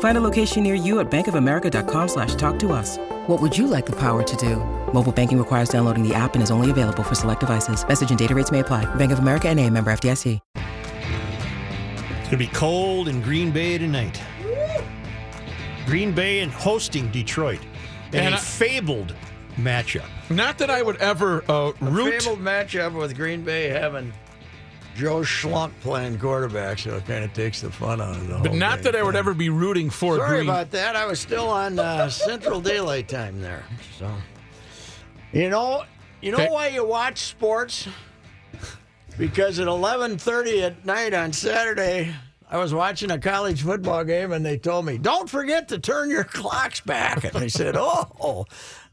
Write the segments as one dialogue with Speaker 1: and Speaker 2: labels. Speaker 1: Find a location near you at bankofamerica.com slash talk to us. What would you like the power to do? Mobile banking requires downloading the app and is only available for select devices. Message and data rates may apply. Bank of America and a member FDIC.
Speaker 2: It's going to be cold in Green Bay tonight. Green Bay and hosting Detroit. in
Speaker 3: And
Speaker 2: a
Speaker 3: I-
Speaker 2: fabled matchup.
Speaker 3: Not that I would ever uh, root.
Speaker 4: fabled matchup with Green Bay having Joe Schlunk playing quarterback, so it kind of takes the fun out of the
Speaker 3: But not that I would ever be rooting for
Speaker 4: Sorry
Speaker 3: Green.
Speaker 4: about that. I was still on uh, Central Daylight Time there. So, you know, you know
Speaker 3: Hey.
Speaker 4: why you watch sports? Because at 11:30 at night on Saturday, I was watching a college football game, and they told me, "Don't forget to turn your clocks back." And I said, "Oh,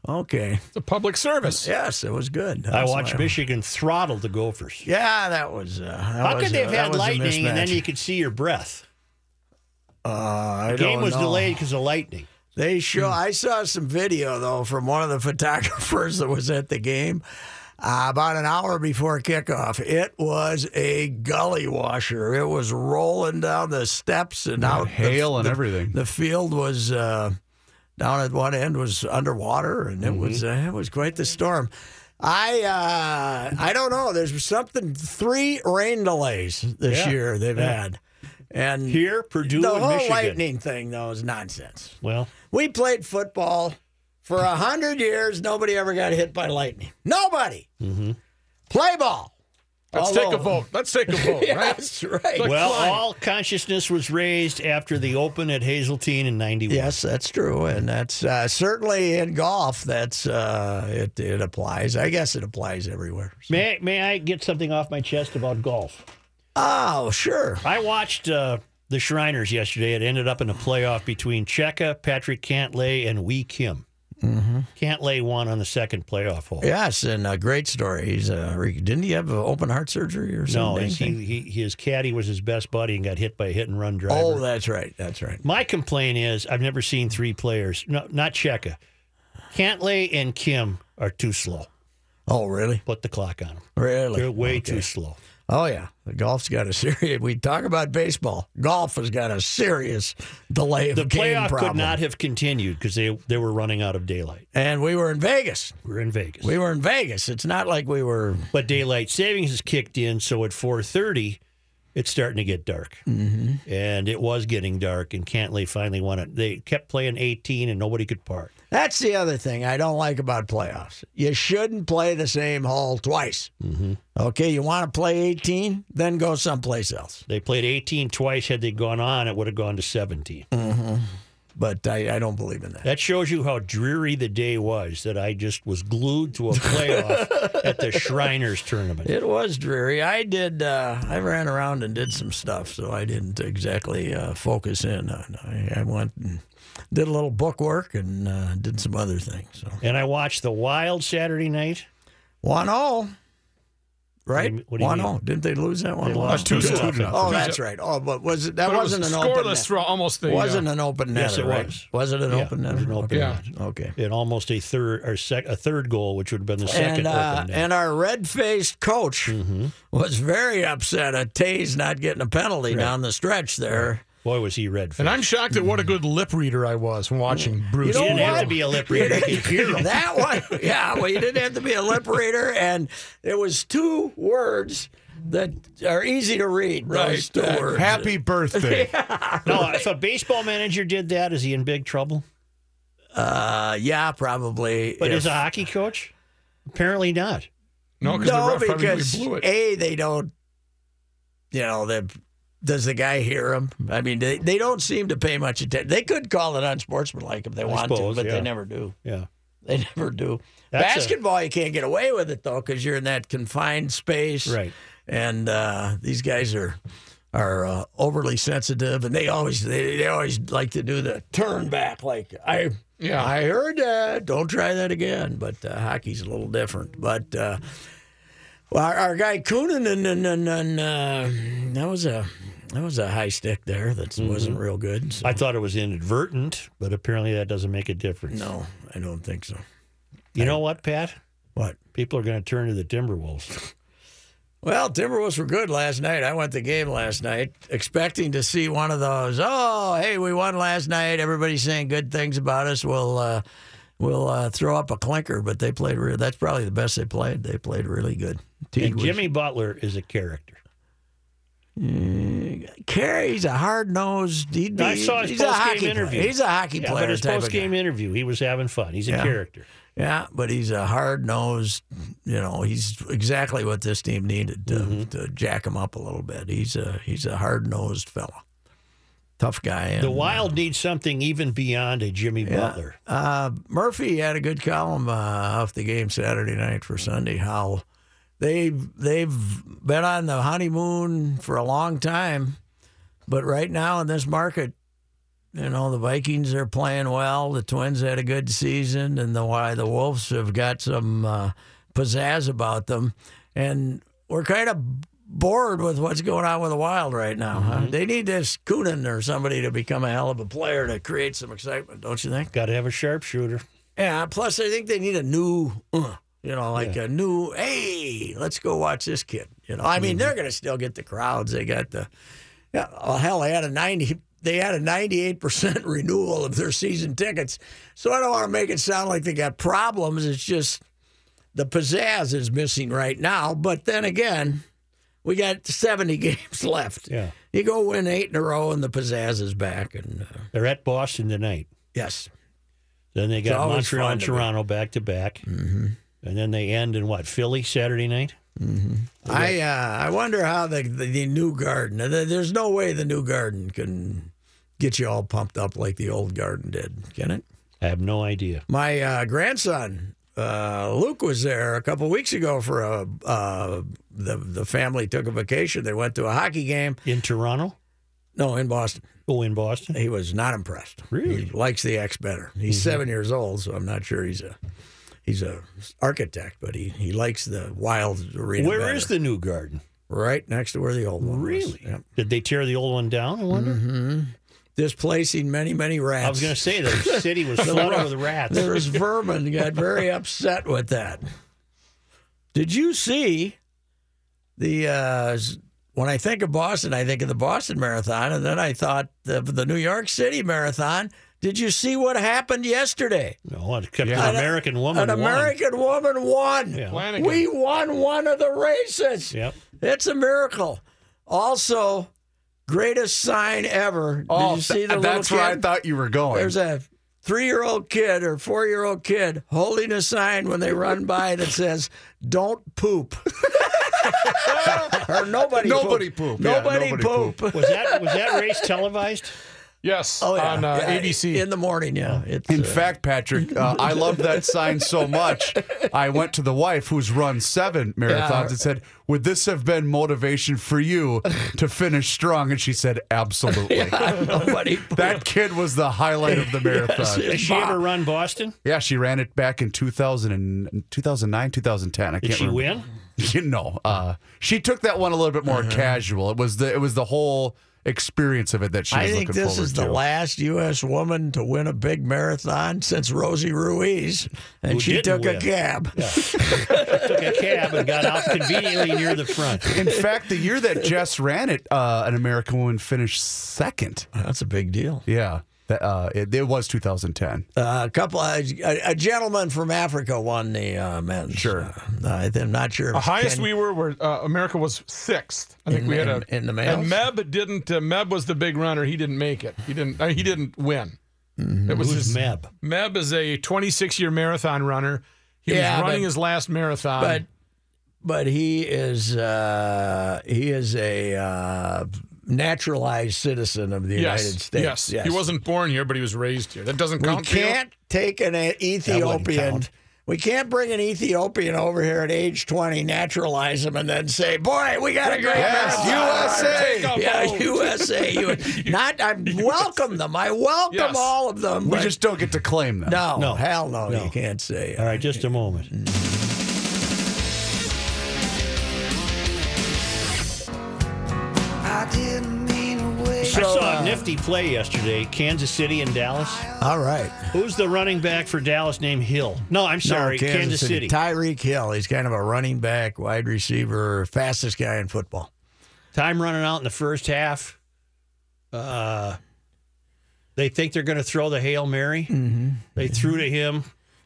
Speaker 4: okay."
Speaker 3: It's a public service.
Speaker 4: Yes, it was good.
Speaker 2: I
Speaker 4: That's
Speaker 2: watched
Speaker 4: why-
Speaker 2: Michigan throttle the Gophers.
Speaker 4: Yeah, that was. Uh, that
Speaker 2: How
Speaker 4: was
Speaker 2: could they
Speaker 4: a-
Speaker 2: have
Speaker 4: that
Speaker 2: had
Speaker 4: was a
Speaker 2: lightning and then
Speaker 4: mismatch.
Speaker 2: you could see your breath?
Speaker 4: Uh, I
Speaker 2: The
Speaker 4: don't
Speaker 2: game was
Speaker 4: know.
Speaker 2: delayed because of lightning.
Speaker 4: They
Speaker 2: Hmm.
Speaker 4: show. I saw some video though from one of the photographers that was at the game. Uh, about an hour before kickoff, it was a gully washer. It was rolling down the steps and out
Speaker 5: hail
Speaker 4: the,
Speaker 5: and
Speaker 4: the-
Speaker 5: everything.
Speaker 4: The field was uh, down at one end was underwater, and it was uh,
Speaker 2: Mm-hmm.
Speaker 4: it was quite the storm. I uh, I don't know. There's something three rain delays this
Speaker 2: Yeah,
Speaker 4: year they've
Speaker 2: yeah.
Speaker 4: had, and
Speaker 2: Here, Purdue
Speaker 4: the
Speaker 2: and
Speaker 4: whole
Speaker 2: Michigan.
Speaker 4: lightning thing though is nonsense.
Speaker 2: Well,
Speaker 4: We played football for a hundred years. Nobody ever got hit by lightning. Nobody. Play ball.
Speaker 3: Let's
Speaker 4: Although-
Speaker 3: take a vote. Let's take a vote, right?
Speaker 4: That's right. uh,
Speaker 3: Like-
Speaker 2: well,
Speaker 3: flying.
Speaker 2: all consciousness was raised after the Open at Hazeltine in '91.
Speaker 4: yes, that's true, and that's uh, certainly in golf. That's uh, it. It applies. I guess it applies everywhere.
Speaker 2: May may I get something off my chest about golf?
Speaker 4: Oh, sure.
Speaker 2: I watched uh, the Shriners yesterday. It ended up in a playoff between Cheka, Patrick Cantlay, and Wee Kim. Mm-hmm. Cantlay won on the second playoff hole.
Speaker 4: Yes, and a great story. He's uh, re- didn't he have uh, open heart surgery
Speaker 2: No,
Speaker 4: or something?
Speaker 2: he, he, his caddy was his best buddy and got hit by a hit and run driver.
Speaker 4: oh, that's right. That's right.
Speaker 2: My complaint is I've never seen three players. No, not Cheka. Cantlay and Kim are too slow.
Speaker 4: Oh, really?
Speaker 2: Put the clock on them.
Speaker 4: Really?
Speaker 2: They're way
Speaker 4: Okay.
Speaker 2: too slow.
Speaker 4: Oh yeah, the golf's got a serious. We talk about baseball. Golf has got a serious delay of
Speaker 2: The
Speaker 4: game
Speaker 2: playoff
Speaker 4: problem.
Speaker 2: could not have continued because they they were running out of daylight.
Speaker 4: and we were in Vegas.
Speaker 2: We're in Vegas.
Speaker 4: We were in Vegas. It's not like we were.
Speaker 2: but daylight savings has kicked in, so at 4:30, it's starting to get dark, mm-hmm. and it was getting dark. And Cantley finally won it. They kept playing 18, and nobody could park.
Speaker 4: That's the other thing I don't like about playoffs. You shouldn't play the same hole twice. Mm-hmm. Okay, you want to play 18, then go someplace else.
Speaker 2: They played 18 twice. Had they gone on, it would have gone to 17.
Speaker 4: Uh. But I, I don't believe in that.
Speaker 2: That shows you how dreary the day was. That I just was glued to a playoff at the Shriners tournament.
Speaker 4: It was dreary. I did. Uh, I ran around and did some stuff, so I didn't exactly uh, focus in on. I, I went and did a little book work and uh, did some other things. So
Speaker 2: And I watched the Wild Saturday night.
Speaker 4: one all, right?
Speaker 2: What do you- what do you
Speaker 4: one
Speaker 2: mean?
Speaker 4: all. Didn't they lose that one?
Speaker 2: They
Speaker 4: all?
Speaker 2: lost
Speaker 5: two
Speaker 2: to
Speaker 5: to
Speaker 2: nothing.
Speaker 5: nothing.
Speaker 4: Oh, that's right. Oh, but was it? That
Speaker 3: But it was
Speaker 4: wasn't an open.
Speaker 3: scoreless
Speaker 4: net.
Speaker 3: for almost the. uh,
Speaker 4: wasn't an open net.
Speaker 2: Yes, it
Speaker 4: right?
Speaker 2: was.
Speaker 4: Was it an
Speaker 2: Yeah,
Speaker 4: open
Speaker 2: it
Speaker 4: net?
Speaker 2: was an open
Speaker 3: Yeah.
Speaker 4: Okay.
Speaker 2: and almost a third or sec, a third goal, which would have been the second.
Speaker 4: And uh,
Speaker 2: open net. Mm-hmm.
Speaker 4: and our red faced coach was very upset at Tays not getting a penalty down the stretch there.
Speaker 2: boy, was he red.
Speaker 3: and I'm shocked at what a good lip reader I was when watching Bruce.
Speaker 4: You know
Speaker 2: didn't have
Speaker 4: what?
Speaker 2: to be a lip reader. You could hear 'em.
Speaker 4: that one, yeah. Well, you didn't have to be a lip reader, and it was two words that are easy to read. Those two
Speaker 5: Uh,
Speaker 4: words.
Speaker 5: Happy birthday.
Speaker 2: No, if a baseball manager did that, is he in big trouble?
Speaker 4: Uh, yeah, probably.
Speaker 2: But
Speaker 4: if-
Speaker 2: as a hockey coach, apparently not.
Speaker 3: no, because Oh, the
Speaker 4: no,
Speaker 3: ref, I mean, we
Speaker 4: because
Speaker 3: blew it.
Speaker 4: a they don't. you know, the, does the guy hear him? I mean, they, they don't seem to pay much attention. They could call it unsportsmanlike if they want
Speaker 2: suppose,
Speaker 4: to, but
Speaker 2: yeah.
Speaker 4: they never do.
Speaker 2: Yeah.
Speaker 4: They never do.
Speaker 2: That's a-
Speaker 4: Basketball, you can't get away with it though, because you're in that confined space,
Speaker 2: Right.
Speaker 4: And uh, these guys are are uh, overly sensitive, and they always they, they always like to do the turn back. Like I
Speaker 3: Yeah.
Speaker 4: I heard that. Don't try that again. But uh, hockey's a little different. But uh, well, our, our guy Coonan and and, and, and uh, that was a that was a high stick there that wasn't real good. So,
Speaker 2: Mm-hmm. I thought it was inadvertent, but apparently that doesn't make a difference.
Speaker 4: no, I don't think so.
Speaker 2: You know what, Pat?
Speaker 4: What?
Speaker 2: People are going to turn to the Timberwolves.
Speaker 4: Well, Timberwolves were good last night. I went to the game last night expecting to see one of those. Oh, hey, we won last night. Everybody's saying good things about us. We'll uh, we'll uh, throw up a clinker, but they played. Re- that's probably the best they played. They played really good. Teague
Speaker 2: And
Speaker 4: was-
Speaker 2: Jimmy Butler is a character.
Speaker 4: Carey's a hard nosed. He'd be.
Speaker 2: I saw his
Speaker 4: he's a
Speaker 2: post-game
Speaker 4: hockey player.
Speaker 2: interview.
Speaker 4: He's a hockey
Speaker 2: Yeah,
Speaker 4: player
Speaker 2: but his
Speaker 4: type of
Speaker 2: post game
Speaker 4: guy.
Speaker 2: interview, he was having fun. He's a
Speaker 4: Yeah.
Speaker 2: character.
Speaker 4: Yeah, but he's a hard nosed. You know, he's exactly what this team needed to, to jack him up a little bit. He's a he's a hard nosed fella, tough guy. And,
Speaker 2: The Wild needs something even beyond a Jimmy Butler.
Speaker 4: Uh, Murphy had a good column uh, off the game Saturday night for Sunday. How they they've been on the honeymoon for a long time, but right now in this market, you know the Vikings are playing well. The Twins had a good season, and the why the Wolves have got some uh, pizzazz about them, and we're kind of bored with what's going on with the Wild right now. Huh? They need this Coonan or somebody to become a hell of a player to create some excitement, don't you think?
Speaker 2: Got to have a sharpshooter.
Speaker 4: Yeah. Plus, I think they need a new, uh, you know, like a new. Hey, let's go watch this kid. You know, I mean, they're going to still get the crowds. They got the. Yeah, oh, hell, they had a ninety. They had a ninety-eight percent renewal of their season tickets. So I don't want to make it sound like they got problems. It's just the pizzazz is missing right now. But then again, we got seventy games left.
Speaker 2: Yeah.
Speaker 4: You go win eight in a row, and the pizzazz is back. And uh,
Speaker 2: They're at Boston tonight.
Speaker 4: yes,
Speaker 2: Then they got
Speaker 4: always
Speaker 2: Montreal
Speaker 4: fun
Speaker 2: and
Speaker 4: to be-
Speaker 2: Toronto back to back.
Speaker 4: Mm-hmm.
Speaker 2: And then they end in what, Philly Saturday night?
Speaker 4: I uh, I wonder how the, the the new garden. there- There's no way the new garden can get you all pumped up like the old garden did, can it?
Speaker 2: I have no idea.
Speaker 4: My uh, grandson uh, Luke was there a couple weeks ago for a uh, the the family took a vacation. They went to a hockey game.
Speaker 2: In Toronto?
Speaker 4: No, in Boston.
Speaker 2: Oh, in Boston?
Speaker 4: He was not impressed.
Speaker 2: Really? Mm-hmm.
Speaker 4: he likes the X better. He's seven years old, so I'm not sure he's a he's a architect, but he, he likes the wild arena.
Speaker 2: Where
Speaker 4: better.
Speaker 2: is the new garden?
Speaker 4: right next to where the old one was.
Speaker 2: Really?
Speaker 4: Yep. Mm-hmm.
Speaker 2: Did they tear the old one down? I wonder.
Speaker 4: displacing many, many rats.
Speaker 2: I was going to say the city was flooded with rats.
Speaker 4: There was vermin got very upset with that. Did you see the uh, s- when I think of Boston, I think of the Boston Marathon, and then I thought of the New York City Marathon. Did you see what happened yesterday?
Speaker 2: No, except
Speaker 3: Yeah.
Speaker 2: an American woman.
Speaker 4: An
Speaker 2: won.
Speaker 4: American woman won.
Speaker 2: Yeah.
Speaker 3: Flanagan.
Speaker 4: We won one of the races.
Speaker 2: Yep.
Speaker 4: It's a miracle. Also, greatest sign ever.
Speaker 3: Oh,
Speaker 4: Did you see the
Speaker 5: th-
Speaker 4: little
Speaker 5: Oh, that's where I
Speaker 4: kid?
Speaker 5: thought you were going.
Speaker 4: There's a three-year-old kid or four-year-old kid holding a sign when they run by that says "Don't poop." or nobody.
Speaker 5: Nobody
Speaker 4: poop.
Speaker 5: poop. Yeah,
Speaker 4: Nobody,
Speaker 5: nobody
Speaker 4: poop.
Speaker 2: Was that was that race televised?
Speaker 3: Yes,
Speaker 4: Oh, yeah.
Speaker 3: on uh,
Speaker 4: Yeah,
Speaker 3: ABC.
Speaker 4: in the morning. Yeah, it's
Speaker 5: In
Speaker 4: uh,
Speaker 5: fact, Patrick, uh, I love that sign so much. I went to the wife who's run seven marathons
Speaker 4: Yeah.
Speaker 5: and said, "Would this have been motivation for you to finish strong?" And she said, "Absolutely."
Speaker 4: nobody. poop.
Speaker 5: That kid was the highlight of the marathon.
Speaker 4: Yes.
Speaker 2: Did she ever run Boston?
Speaker 5: Yeah, she ran it back in 2000 and 2009, 2010. I
Speaker 2: Did
Speaker 5: can't
Speaker 2: she
Speaker 5: remember.
Speaker 2: win?
Speaker 5: You know, uh, she took that one a little bit more
Speaker 4: Uh-huh.
Speaker 5: casual. It was the it was the whole experience of it that she was
Speaker 4: I think
Speaker 5: looking
Speaker 4: this
Speaker 5: forward
Speaker 4: is the
Speaker 5: to.
Speaker 4: last U.S. woman to win a big marathon since Rosie Ruiz, and
Speaker 2: Who
Speaker 4: she
Speaker 2: didn't
Speaker 4: took
Speaker 2: win.
Speaker 4: a cab.
Speaker 2: Took a cab and got out conveniently near the front.
Speaker 5: In fact, the year that Jess ran it, uh, an American woman finished second.
Speaker 4: That's a big deal.
Speaker 5: Yeah, that, uh, it, it was 2010.
Speaker 4: Uh, a couple, a, a gentleman from Africa won the uh, men's.
Speaker 5: Sure.
Speaker 4: Uh, I'm not sure.
Speaker 3: The highest we were were uh, America was sixth. I think
Speaker 4: In-
Speaker 3: we had a
Speaker 4: in- in the males?
Speaker 3: And Meb didn't. Uh, Meb was the big runner. He didn't make it. He didn't. I mean, he didn't win. It was
Speaker 2: Who's
Speaker 3: his,
Speaker 2: Meb?
Speaker 3: Meb is a 26 year marathon runner. He
Speaker 4: Yeah,
Speaker 3: was running
Speaker 4: but-
Speaker 3: Um, his last marathon.
Speaker 4: but but he is uh, he is a uh, naturalized citizen of the
Speaker 3: Yes.
Speaker 4: United States.
Speaker 3: Yes. He wasn't born here, but he was raised here. That doesn't
Speaker 4: We
Speaker 3: count. for you?
Speaker 4: can't take an E- Ethiopian.
Speaker 5: count.
Speaker 4: We can't bring an Ethiopian over here at age 20, naturalize him, and then say, "Boy, we got a great
Speaker 5: Yes,
Speaker 4: man."
Speaker 5: USA.
Speaker 3: Take off
Speaker 4: Yeah,
Speaker 3: all-
Speaker 4: USA. You, not. I welcome them. I welcome
Speaker 3: Yes.
Speaker 4: all of them.
Speaker 5: We
Speaker 4: but
Speaker 5: just don't get to claim them.
Speaker 4: no,
Speaker 2: No.
Speaker 4: hell no,
Speaker 2: No.
Speaker 4: You can't say.
Speaker 2: All right, just a moment. I
Speaker 4: So,
Speaker 2: saw
Speaker 4: uh,
Speaker 2: a nifty play yesterday, Kansas City and Dallas.
Speaker 4: All right.
Speaker 2: Who's the running back for Dallas named Hill? No, I'm sorry,
Speaker 4: No,
Speaker 2: Kansas, City.
Speaker 4: Tyreek Hill. He's kind of a running back, wide receiver, fastest guy in football.
Speaker 2: Time running out in the first half. Uh, they think they're going to throw the Hail Mary. They threw to him,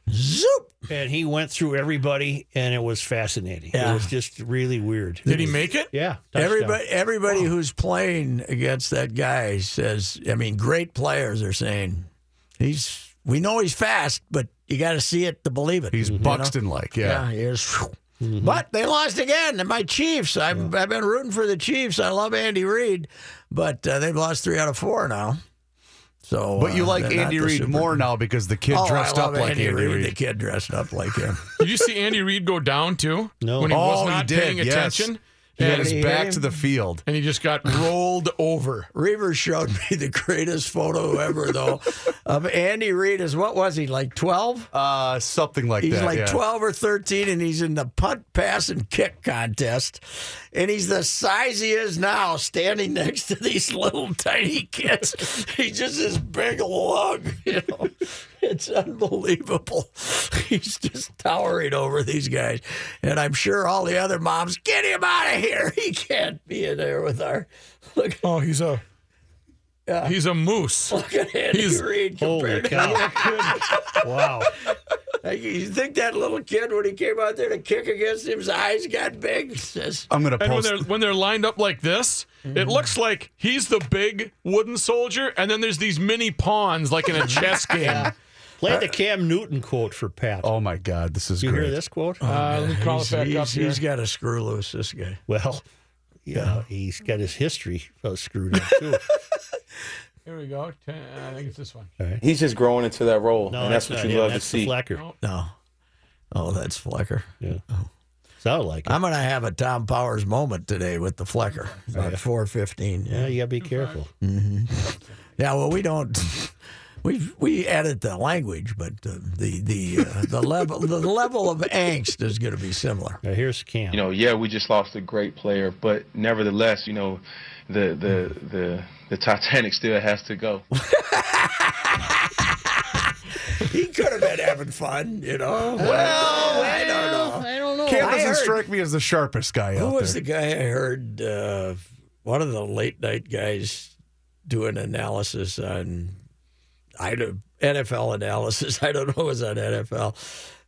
Speaker 4: Zoop.
Speaker 2: and he went through everybody, and it was fascinating. It
Speaker 4: Yeah.
Speaker 2: was just really weird.
Speaker 3: Did he make it?
Speaker 2: Yeah. touchdown.
Speaker 4: Everybody, everybody who's playing against that guy says, I mean, great players are saying he's. We know he's fast, but you got to see it to believe it.
Speaker 5: He's
Speaker 4: you know?
Speaker 5: Buxton like, yeah.
Speaker 4: Yeah, he is.
Speaker 2: Mm-hmm.
Speaker 4: But they lost again to my Chiefs. I've, I've been rooting for the Chiefs. I love Andy Reid, but uh, they've lost three out of four now. So,
Speaker 5: But you
Speaker 4: uh,
Speaker 5: like
Speaker 4: they're not
Speaker 5: Andy
Speaker 4: the
Speaker 5: Reid
Speaker 4: super-
Speaker 5: more now because the kid
Speaker 4: Oh, I
Speaker 5: dressed
Speaker 4: love
Speaker 5: up like Andy, Reid.
Speaker 4: The kid dressed up like him.
Speaker 3: Did you see Andy Reid go down too?
Speaker 2: No.
Speaker 3: When he
Speaker 5: Oh,
Speaker 3: was
Speaker 5: he
Speaker 3: not
Speaker 5: did,
Speaker 3: paying
Speaker 5: yes.
Speaker 3: attention,
Speaker 5: He had
Speaker 3: and,
Speaker 5: his back to the field.
Speaker 3: and he just got rolled over.
Speaker 4: Reaver showed me the greatest photo ever, though, of Andy Reid. Is what was he like twelve?
Speaker 5: Uh, something like
Speaker 4: He's
Speaker 5: that.
Speaker 4: like
Speaker 5: yeah.
Speaker 4: 12 or 13, and he's in the punt, pass, and kick contest. And he's the size he is now, standing next to these little tiny kids. he's just this big lug, you know. It's unbelievable. He's just towering over these guys. And I'm sure all the other moms, get him out of here. He can't be in there with our. Look,
Speaker 3: Oh, he's a he's a moose.
Speaker 4: look at Andy
Speaker 3: He's-
Speaker 4: Reid
Speaker 2: Holy
Speaker 4: compared to
Speaker 2: cow. wow.
Speaker 4: Like, you think that little kid when he came out there to kick against him, his eyes got big? Says,
Speaker 5: I'm gonna
Speaker 3: And when
Speaker 5: post.
Speaker 3: they're when they're lined up like this, it looks like he's the big wooden soldier, and then there's these mini pawns like in a chess game.
Speaker 2: Play the Cam Newton quote for Pat.
Speaker 5: Oh my God, this is
Speaker 2: you
Speaker 5: great.
Speaker 2: hear this quote?
Speaker 3: Uh, let me call it back up
Speaker 4: he's,
Speaker 3: here.
Speaker 4: he's got a screw loose, this guy.
Speaker 2: Well, yeah, he's got his history uh, screwed up too.
Speaker 3: here we go. Ten, I think it's this one.
Speaker 6: He's just growing into that role, and that's, what
Speaker 2: not
Speaker 6: you
Speaker 2: him.
Speaker 6: love
Speaker 2: that's
Speaker 6: to
Speaker 2: the
Speaker 6: see.
Speaker 2: Flacker.
Speaker 4: No. Oh, that's Flecker.
Speaker 2: Yeah. Sounded like it.
Speaker 4: I'm going to have a Tom Powers moment today with the Flecker. About 415.
Speaker 2: yeah,
Speaker 4: Yeah.
Speaker 2: you gotta be careful.
Speaker 4: yeah, well, we don't. We we edit the language, but uh, the the uh, the level the level of angst is going to be similar.
Speaker 2: Now, here's Cam.
Speaker 6: You know, yeah, we just lost a great player, but nevertheless, you know, the the the the Titanic still has to go.
Speaker 4: He could have been having fun, you know. Well, I don't know.
Speaker 5: Cam
Speaker 4: I
Speaker 5: doesn't
Speaker 4: heard-
Speaker 5: strike me as the sharpest guy
Speaker 4: Who
Speaker 5: out
Speaker 4: was
Speaker 5: there.
Speaker 4: the guy I heard? Uh, one of the late night guys doing analysis on I don't- NFL analysis. I don't know. It was on NFL.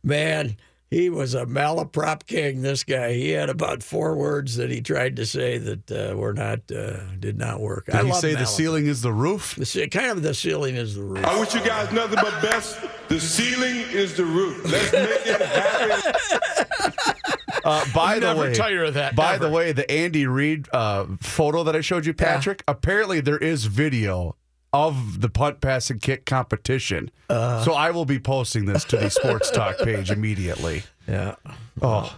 Speaker 4: Man, he was a malaprop king. This guy. He had about four words that he tried to say that uh, were not uh, did not work. I
Speaker 5: Did he
Speaker 4: love
Speaker 5: say the
Speaker 4: malap-
Speaker 5: ceiling is the roof?
Speaker 4: The ce- kind of the ceiling is the roof.
Speaker 7: I wish you guys nothing but best. The ceiling is the roof. Let's make it happen.
Speaker 5: Uh, by the
Speaker 3: Never
Speaker 5: way,
Speaker 3: tire of that,
Speaker 5: By
Speaker 3: ever.
Speaker 5: the way, the Andy Reid uh, photo that I showed you, Patrick. Apparently, there is video of the punt, pass, and kick competition.
Speaker 4: Uh.
Speaker 5: so I will be posting this to the Sports Talk page immediately.
Speaker 4: Yeah.
Speaker 5: Oh,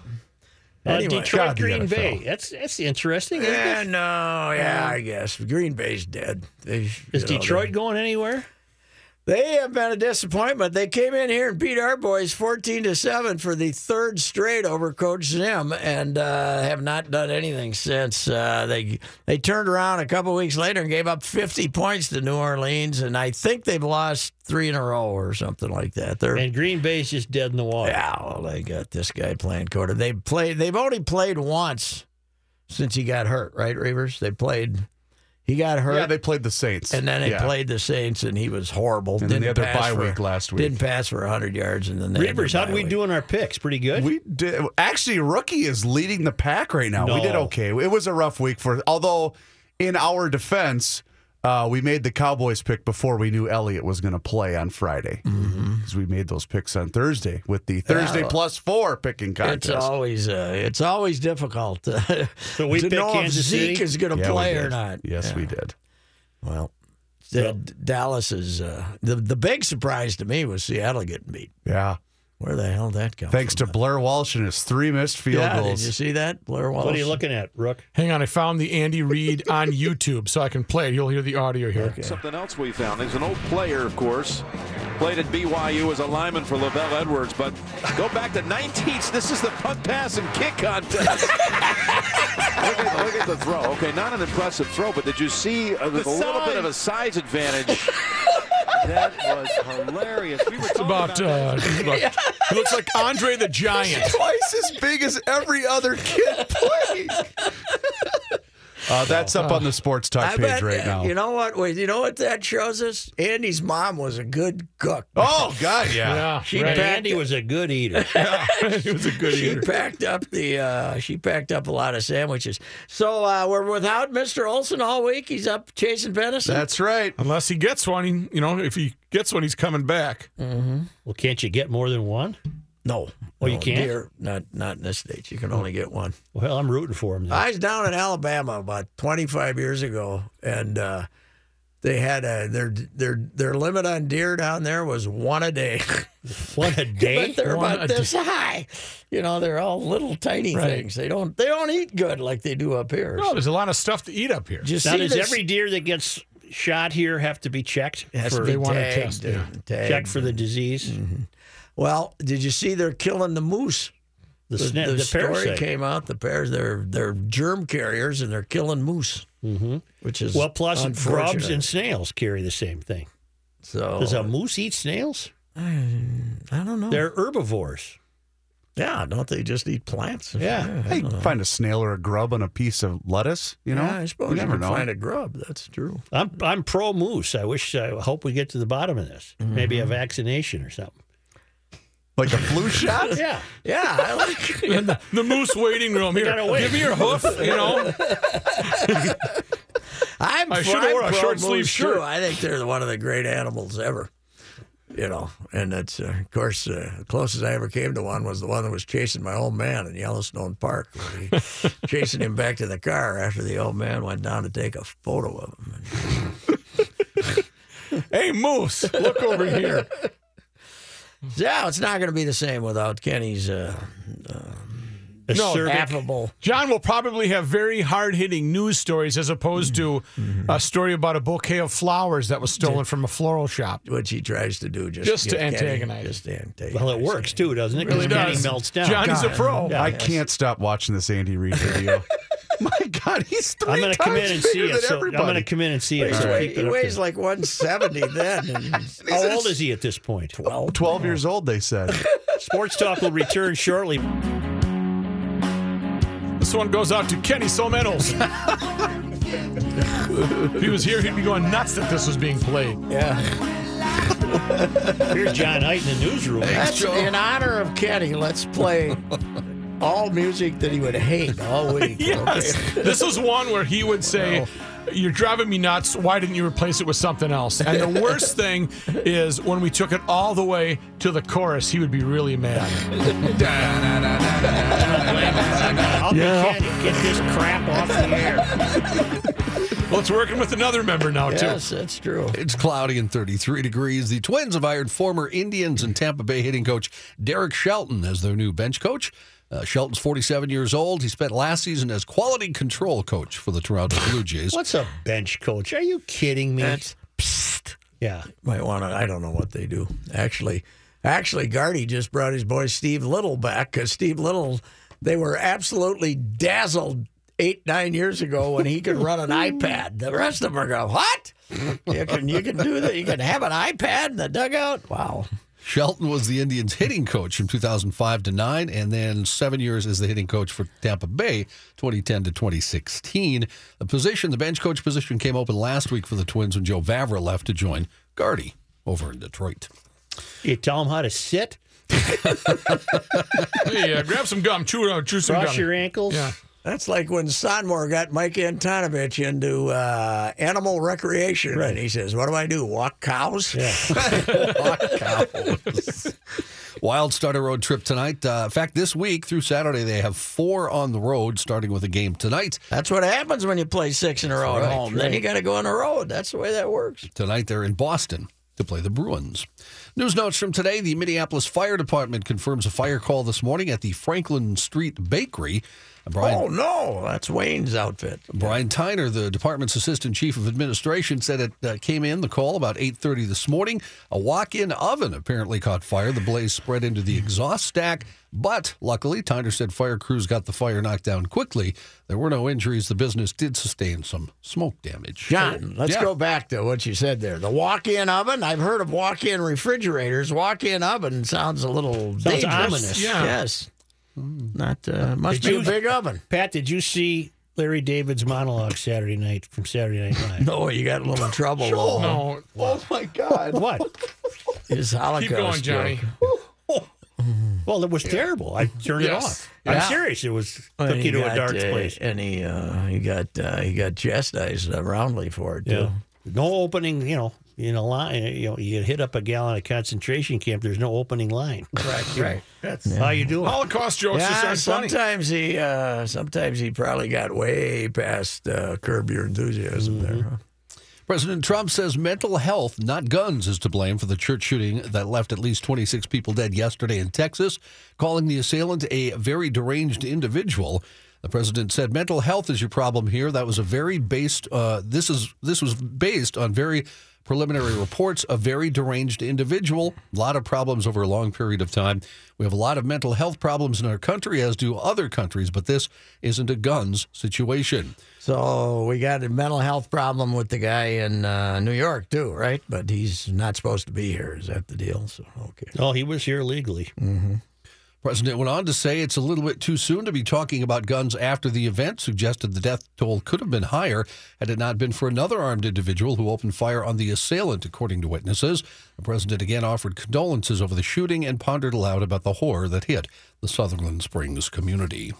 Speaker 2: Uh,
Speaker 4: Anyway,
Speaker 2: Detroit,
Speaker 5: God, the
Speaker 2: Green
Speaker 5: NFL.
Speaker 2: Bay. That's that's interesting. Isn't
Speaker 4: Yeah,
Speaker 2: it?
Speaker 4: Uh, no, yeah, I guess Green Bay's dead. They,
Speaker 2: Is
Speaker 4: you know,
Speaker 2: Detroit going anywhere?
Speaker 4: They have been a disappointment. They came in here and beat our boys fourteen to seven for the third straight over Coach Zim, and uh, have not done anything since. Uh, they they turned around a couple weeks later and gave up fifty points to New Orleans, and I think they've lost three in a row or something like that. They're
Speaker 2: And Green Bay's just dead in the water.
Speaker 4: yeah, well, they got this guy playing quarter. They played. They've only played once since he got hurt, right, Reavers? They played. He got hurt.
Speaker 5: yeah, they played the Saints,
Speaker 4: And then they
Speaker 5: Yeah.
Speaker 4: played the Saints, and he was horrible.
Speaker 5: And then the
Speaker 4: Didn't
Speaker 5: other
Speaker 4: pass
Speaker 5: bye
Speaker 4: for-
Speaker 5: week last week.
Speaker 4: Didn't pass for 100 yards, and then they had
Speaker 2: Reavers,
Speaker 4: their
Speaker 2: how do
Speaker 4: bye
Speaker 2: we
Speaker 4: week.
Speaker 2: do in our picks? Pretty good.
Speaker 5: We did actually. Rookie is leading the pack right now. We did
Speaker 2: No.
Speaker 5: okay. It was a rough week for. Although, in our defense, Uh, we made the Cowboys pick before we knew Elliott was going to play on Friday because
Speaker 4: Mm-hmm.
Speaker 5: we made those picks on Thursday with the Thursday plus four picking
Speaker 4: It's
Speaker 5: contest.
Speaker 4: always uh, it's always difficult to,
Speaker 2: So we
Speaker 4: to
Speaker 2: picked
Speaker 4: know
Speaker 2: Kansas
Speaker 4: if Zeke
Speaker 2: City?
Speaker 4: is going to
Speaker 5: Yeah, we
Speaker 4: play or
Speaker 5: did.
Speaker 4: not.
Speaker 5: Yes, we did.
Speaker 4: Well, the, Dallas is uh, the the big surprise to me was Seattle getting beat.
Speaker 5: Yeah.
Speaker 4: Where the hell did that come?
Speaker 5: Thanks
Speaker 4: from?
Speaker 5: to Blair Walsh and his three missed field
Speaker 4: yeah,
Speaker 5: goals.
Speaker 4: did you see that Blair Walsh?
Speaker 2: What are you looking at, Rook?
Speaker 3: Hang on, I found the Andy Reid on YouTube, so I can play it. You'll hear the audio here.
Speaker 8: Something else we found. He's an old player, of course. Played at BYU as a lineman for Lavelle Edwards, but go back to 19th. This is the punt, pass, and kick contest. look, at, look at the throw. Okay, not an impressive throw, but did you see uh, a, a little bit of a size advantage? that was hilarious. We were
Speaker 3: It's about, uh, it's about it looks like Andre the Giant.
Speaker 5: twice as big as every other kid playing. uh, that's up on the sports talk
Speaker 4: Oh. I
Speaker 5: page
Speaker 4: bet,
Speaker 5: right now.
Speaker 4: You know what? wait, You know what that shows us? Andy's mom was a good cook.
Speaker 5: oh God, yeah.
Speaker 3: Yeah,
Speaker 4: She
Speaker 3: right.
Speaker 4: packed-
Speaker 2: Andy was a good eater.
Speaker 3: it was a good
Speaker 4: She
Speaker 3: eater.
Speaker 4: packed up the uh, she packed up a lot of sandwiches. So uh, we're without Mr. Olson all week. He's up chasing venison.
Speaker 5: That's right.
Speaker 3: Unless he gets one, he, you know, if he gets one, he's coming back.
Speaker 2: well, can't you get more than one?
Speaker 4: no,
Speaker 2: Oh, you
Speaker 4: No,
Speaker 2: can't?
Speaker 4: deer, not not in this state. You can only get one.
Speaker 2: Well, I'm rooting for him. Then.
Speaker 4: I was down in Alabama about 25 years ago, and uh, they had a their their their limit on deer down there was one a day.
Speaker 2: What a day!
Speaker 4: but they're
Speaker 3: Eh? One
Speaker 4: about
Speaker 3: a day.
Speaker 4: this high. You know, they're all little tiny
Speaker 3: Right.
Speaker 4: things. They don't they don't eat good like they do up here.
Speaker 3: No, there's a lot of stuff to eat up here.
Speaker 4: Did you
Speaker 2: Now,
Speaker 4: see
Speaker 2: does
Speaker 4: this?
Speaker 2: every deer that gets shot here have to be checked
Speaker 4: It has to
Speaker 2: for
Speaker 4: be Mm.
Speaker 3: they wanna
Speaker 4: tagged
Speaker 3: test, yeah.
Speaker 4: and tagged.
Speaker 2: checked for the disease?
Speaker 4: Well, did you see they're killing the moose?
Speaker 2: The, sna- the,
Speaker 4: story
Speaker 2: parasite.
Speaker 4: came out. The pairs they're they're germ carriers and they're killing moose, mm-hmm. which is
Speaker 2: Well, plus grubs
Speaker 4: unfortunate. Oh.
Speaker 2: and snails carry the same thing.
Speaker 4: so
Speaker 2: Does a moose eat snails?
Speaker 4: I don't know.
Speaker 2: They're herbivores.
Speaker 4: Yeah, don't they just eat plants?
Speaker 2: Yeah.
Speaker 5: Hey, find a snail or a grub on a piece of lettuce. You know,
Speaker 4: yeah, I suppose
Speaker 5: you
Speaker 4: you,
Speaker 5: never
Speaker 4: can
Speaker 5: know.
Speaker 4: find a grub. That's true.
Speaker 2: I'm I'm pro moose. I wish I hope we get to the bottom of this. Maybe
Speaker 4: Mm-hmm.
Speaker 2: a vaccination or something.
Speaker 5: like a flu shot.
Speaker 2: Yeah.
Speaker 4: Yeah, I like.
Speaker 3: In the, the moose waiting room here.
Speaker 2: gotta wait.
Speaker 3: Give me your hoof, you know.
Speaker 4: I'm,
Speaker 3: I should've
Speaker 4: I'm
Speaker 3: worn a
Speaker 4: pro
Speaker 3: short sleeve
Speaker 4: moose,
Speaker 3: shirt.
Speaker 4: Too. I think they're one of the great animals ever. You know, and that's uh, of course uh, the closest I ever came to one was the one that was chasing my old man in Yellowstone Park, when he- chasing him back to the car after the old man went down to take a photo of him.
Speaker 3: Hey, moose, look over here.
Speaker 4: Yeah, it's not going to be the same without Kenny's uh,
Speaker 2: Acerbic.
Speaker 4: affable.
Speaker 3: John will probably have very hard hitting news stories as opposed to a story about a bouquet of flowers that was stolen from a floral shop.
Speaker 4: Which he tries to do just,
Speaker 3: Just
Speaker 4: to
Speaker 3: to
Speaker 4: get Kenny-
Speaker 3: antagonize.
Speaker 4: just to antagonize.
Speaker 2: Well, it works too, doesn't it? 'Cause
Speaker 3: Really
Speaker 2: Kenny
Speaker 3: does.
Speaker 2: melts down.
Speaker 3: Johnny's a pro.
Speaker 5: I can't stop watching this Andy Reid video. My God, he's 3
Speaker 2: I'm gonna
Speaker 5: times
Speaker 2: come in and see
Speaker 5: bigger
Speaker 2: it.
Speaker 5: than
Speaker 2: So I'm
Speaker 5: everybody.
Speaker 2: gonna come in and see it.
Speaker 4: He,
Speaker 2: so
Speaker 4: weigh-
Speaker 2: keep
Speaker 4: he
Speaker 2: it up
Speaker 4: weighs
Speaker 2: to-
Speaker 4: like 170 then. and-
Speaker 2: How old is he at this point?
Speaker 4: well,
Speaker 5: 12 years old, they said.
Speaker 2: Sports Talk will return shortly.
Speaker 3: This one goes out to Kenny Solmenos. if he was here, he'd be going nuts that this was being played.
Speaker 2: Here's John Hite in the newsroom.
Speaker 4: That's in honor of Kenny. Let's play all music that he would hate all week.
Speaker 3: Yes.
Speaker 4: okay?
Speaker 3: this was one where he would say, You're driving me nuts. Why didn't you replace it with something else? And the worst thing is when we took it all the way to the chorus, he would be really mad.
Speaker 2: I'll be
Speaker 3: Yeah.
Speaker 2: Kenny. Get this crap off the air.
Speaker 3: Well, it's working with another member now, too.
Speaker 4: Yes, that's true.
Speaker 9: It's cloudy and 33 degrees. The Twins have hired former Indians and Tampa Bay hitting coach Derek Shelton as their new bench coach. Uh, Shelton's 47 years old. He spent last season as quality control coach for the Toronto Blue Jays.
Speaker 2: What's a bench coach? Are you kidding me?
Speaker 4: That's psst.
Speaker 2: yeah.
Speaker 4: Might want to. I don't know what they do. Actually, actually, Gardy just brought his boy Steve Little back because Steve Little, they were absolutely dazzled eight nine years ago when he could run an iPad. The rest of them are going, what? You can you can do that. You can have an iPad in the dugout. Wow.
Speaker 9: Shelton was the Indians hitting coach from 2005 to 9 and then 7 years as the hitting coach for Tampa Bay 2010 to 2016. The position the bench coach position came open last week for the Twins when Joe Vavra left to join Gardy over in Detroit.
Speaker 2: You tell them how to sit,
Speaker 3: Hey, uh, grab some gum, chew it out, chew some
Speaker 2: cross
Speaker 3: gum.
Speaker 2: your ankles.
Speaker 3: Yeah.
Speaker 4: That's like when Sonmore got Mike Antonovich into uh, animal recreation. And he says, What do I do? Walk cows?
Speaker 9: Walk cows. Wild starter road trip tonight. Uh, in fact, this week through Saturday, they have four on the road, starting with a game tonight.
Speaker 4: That's what happens when you play six in a row
Speaker 9: right,
Speaker 4: at home. Then you got to go on the road. That's the way that works.
Speaker 9: Tonight, they're in Boston to play the Bruins. News notes from today the Minneapolis Fire Department confirms a fire call this morning at the Franklin Street Bakery. Brian,
Speaker 4: Oh, no. That's Wayne's outfit.
Speaker 9: Brian Tyner, the department's assistant chief of administration, said it uh, came in the call about 8:30 this morning. A walk-in oven apparently caught fire. The blaze spread into the exhaust stack, but luckily, Tyner said fire crews got the fire knocked down quickly. There were no injuries. The business did sustain some smoke damage.
Speaker 4: John, let's
Speaker 9: Yeah.
Speaker 4: go back to what you said there. The walk-in oven. I've heard of walk-in refrigerators. Walk-in oven sounds a little
Speaker 2: Sounds
Speaker 4: dangerous.
Speaker 2: ominous.
Speaker 3: Yeah.
Speaker 4: Yes. Not uh, must
Speaker 2: Did
Speaker 4: be a
Speaker 2: you-
Speaker 4: big oven.
Speaker 2: Pat, did you see Larry David's monologue Saturday night from Saturday Night Live?
Speaker 4: No, you got a little in trouble. Lowell.
Speaker 3: No,
Speaker 5: Oh my God!
Speaker 2: What?
Speaker 4: His Holocaust.
Speaker 3: keep going, Johnny.
Speaker 4: joke.
Speaker 2: Well, it was terrible. I turned
Speaker 3: Yes.
Speaker 2: it off. I'm
Speaker 4: Yeah.
Speaker 2: serious. It was
Speaker 4: And
Speaker 2: took
Speaker 4: he
Speaker 2: you to
Speaker 4: got,
Speaker 2: a dark
Speaker 4: uh,
Speaker 2: place.
Speaker 4: and he uh, he got uh, he got chastised uh, roundly for it. Too.
Speaker 2: Yeah. No opening, you know, in a line. You know, you hit up a gal in a concentration camp. There's no opening line. Right, right. That's how you do it.
Speaker 3: Holocaust jokes
Speaker 4: Yeah,
Speaker 3: just aren't funny.
Speaker 4: sometimes he uh, sometimes he probably got way past uh, curb your enthusiasm there. huh?
Speaker 9: President Trump says mental health, Mm-hmm. not guns, is to blame for the church shooting that left at least 26 people dead yesterday in Texas, calling the assailant a very deranged individual. The president said, "Mental health is your problem here. That was a very based. Uh, this is this was based on very preliminary reports. A very deranged individual. A lot of problems over a long period of time. We have a lot of mental health problems in our country, as do other countries. But this isn't a guns situation.
Speaker 4: So we got a mental health problem with the guy in uh, New York too, right? But he's not supposed to be here. Is that the deal? So okay.
Speaker 2: Oh, he was here legally.
Speaker 9: President went on to say it's a little bit too soon to be talking about guns after the event, suggested the death toll could have been higher had it not been for another armed individual who opened fire on the assailant, according to witnesses. The president again offered condolences over the shooting and pondered aloud about the horror that hit the Sutherland Springs community.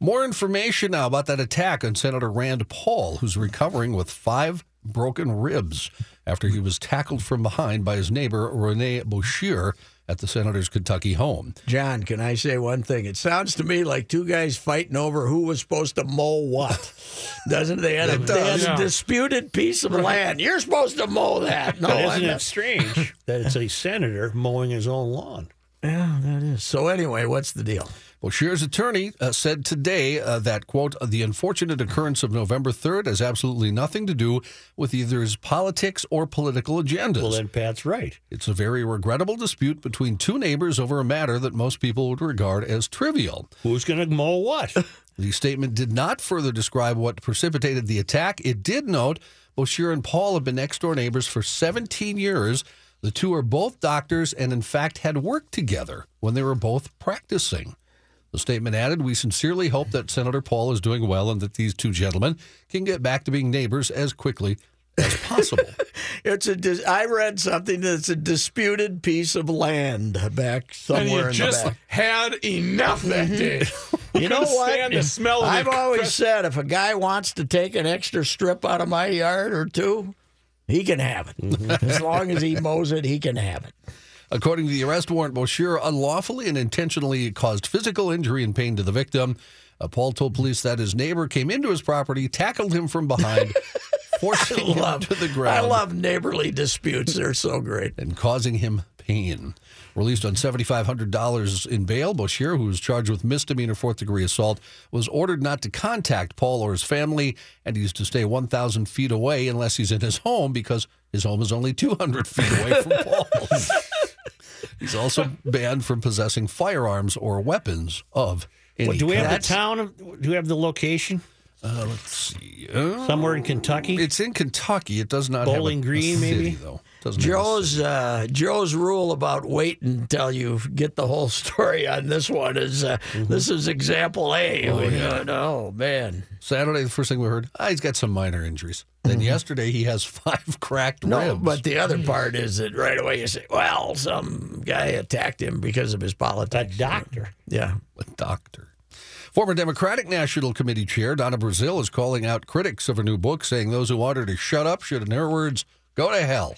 Speaker 9: More information now about that attack on Senator Rand Paul, who's recovering with five broken ribs after he was tackled from behind by his neighbor, Rene Bouchier, at the senator's Kentucky home.
Speaker 4: John, can I say one thing? It sounds to me like two guys fighting over who was supposed to mow what. Doesn't they had, a, they had
Speaker 3: does. Yeah.
Speaker 4: a disputed piece of land? You're supposed to mow that. No,
Speaker 2: But
Speaker 4: I'm
Speaker 2: isn't
Speaker 4: not.
Speaker 2: it strange that it's a senator mowing his own lawn?
Speaker 4: Yeah, that is. So anyway, what's the deal?
Speaker 9: Bashir's attorney uh, said today uh, that, quote, the unfortunate occurrence of November 3rd has absolutely nothing to do with either his politics or political agendas.
Speaker 2: Well, then Pat's right.
Speaker 9: it's a very regrettable dispute between two neighbors over a matter that most people would regard as trivial.
Speaker 2: Who's going to mow what?
Speaker 9: The statement did not further describe what precipitated the attack. It did note Bashir and Paul have been next door neighbors for 17 years. The two are both doctors and, in fact, had worked together when they were both practicing. The statement added, We sincerely hope that Senator Paul is doing well and that these two gentlemen can get back to being neighbors as quickly as possible.
Speaker 4: It's a. Dis- I read something that's a disputed piece of land back
Speaker 3: and
Speaker 4: somewhere
Speaker 3: you
Speaker 4: in
Speaker 3: just
Speaker 4: the back.
Speaker 3: had enough that day.
Speaker 4: You know
Speaker 3: Couldn't
Speaker 4: what?
Speaker 3: stand the smell of
Speaker 4: I've
Speaker 3: the
Speaker 4: always
Speaker 3: fresh-
Speaker 4: said if a guy wants to take an extra strip out of my yard or two, he can have it. As long as he mows it, he can have it.
Speaker 9: According to the arrest warrant, Bashir unlawfully and intentionally caused physical injury and pain to the victim. Uh, Paul told police that his neighbor came into his property, tackled him from behind, forcing him to the
Speaker 4: I
Speaker 9: ground,
Speaker 4: love neighborly disputes. They're so great.
Speaker 9: and causing him pain. Released on $7,500 in bail, Bashir, who was charged with misdemeanor fourth degree assault, was ordered not to contact Paul or his family, and he's to stay 1,000 feet away unless he's in his home because his home is only 200 feet away from Paul's. He's also banned from possessing firearms or weapons of any
Speaker 2: Well, do we have
Speaker 9: kind.
Speaker 2: the town? Of, do we have the location?
Speaker 9: Uh, let's see. Uh,
Speaker 2: Somewhere in Kentucky?
Speaker 9: it's in Kentucky. It does not
Speaker 2: Bowling
Speaker 9: have a,
Speaker 2: Green,
Speaker 9: a city,
Speaker 2: maybe?
Speaker 9: though. Doesn't have a
Speaker 4: Joe's uh, Joe's rule about wait until you get the whole story on this one is uh, this is example A. Oh, oh man,
Speaker 9: Saturday, the first thing we heard, ah, he's got some minor injuries. Then yesterday, he has five cracked
Speaker 4: Mm-hmm. No,
Speaker 9: ribs.
Speaker 4: but the other part is that right away you say, well, some guy attacked him because of his politics.
Speaker 2: A doctor.
Speaker 4: yeah.
Speaker 9: a doctor. Former Democratic National Committee Chair Donna Brazil is calling out critics of her new book, saying those who want her to shut up should, in her words, go to hell.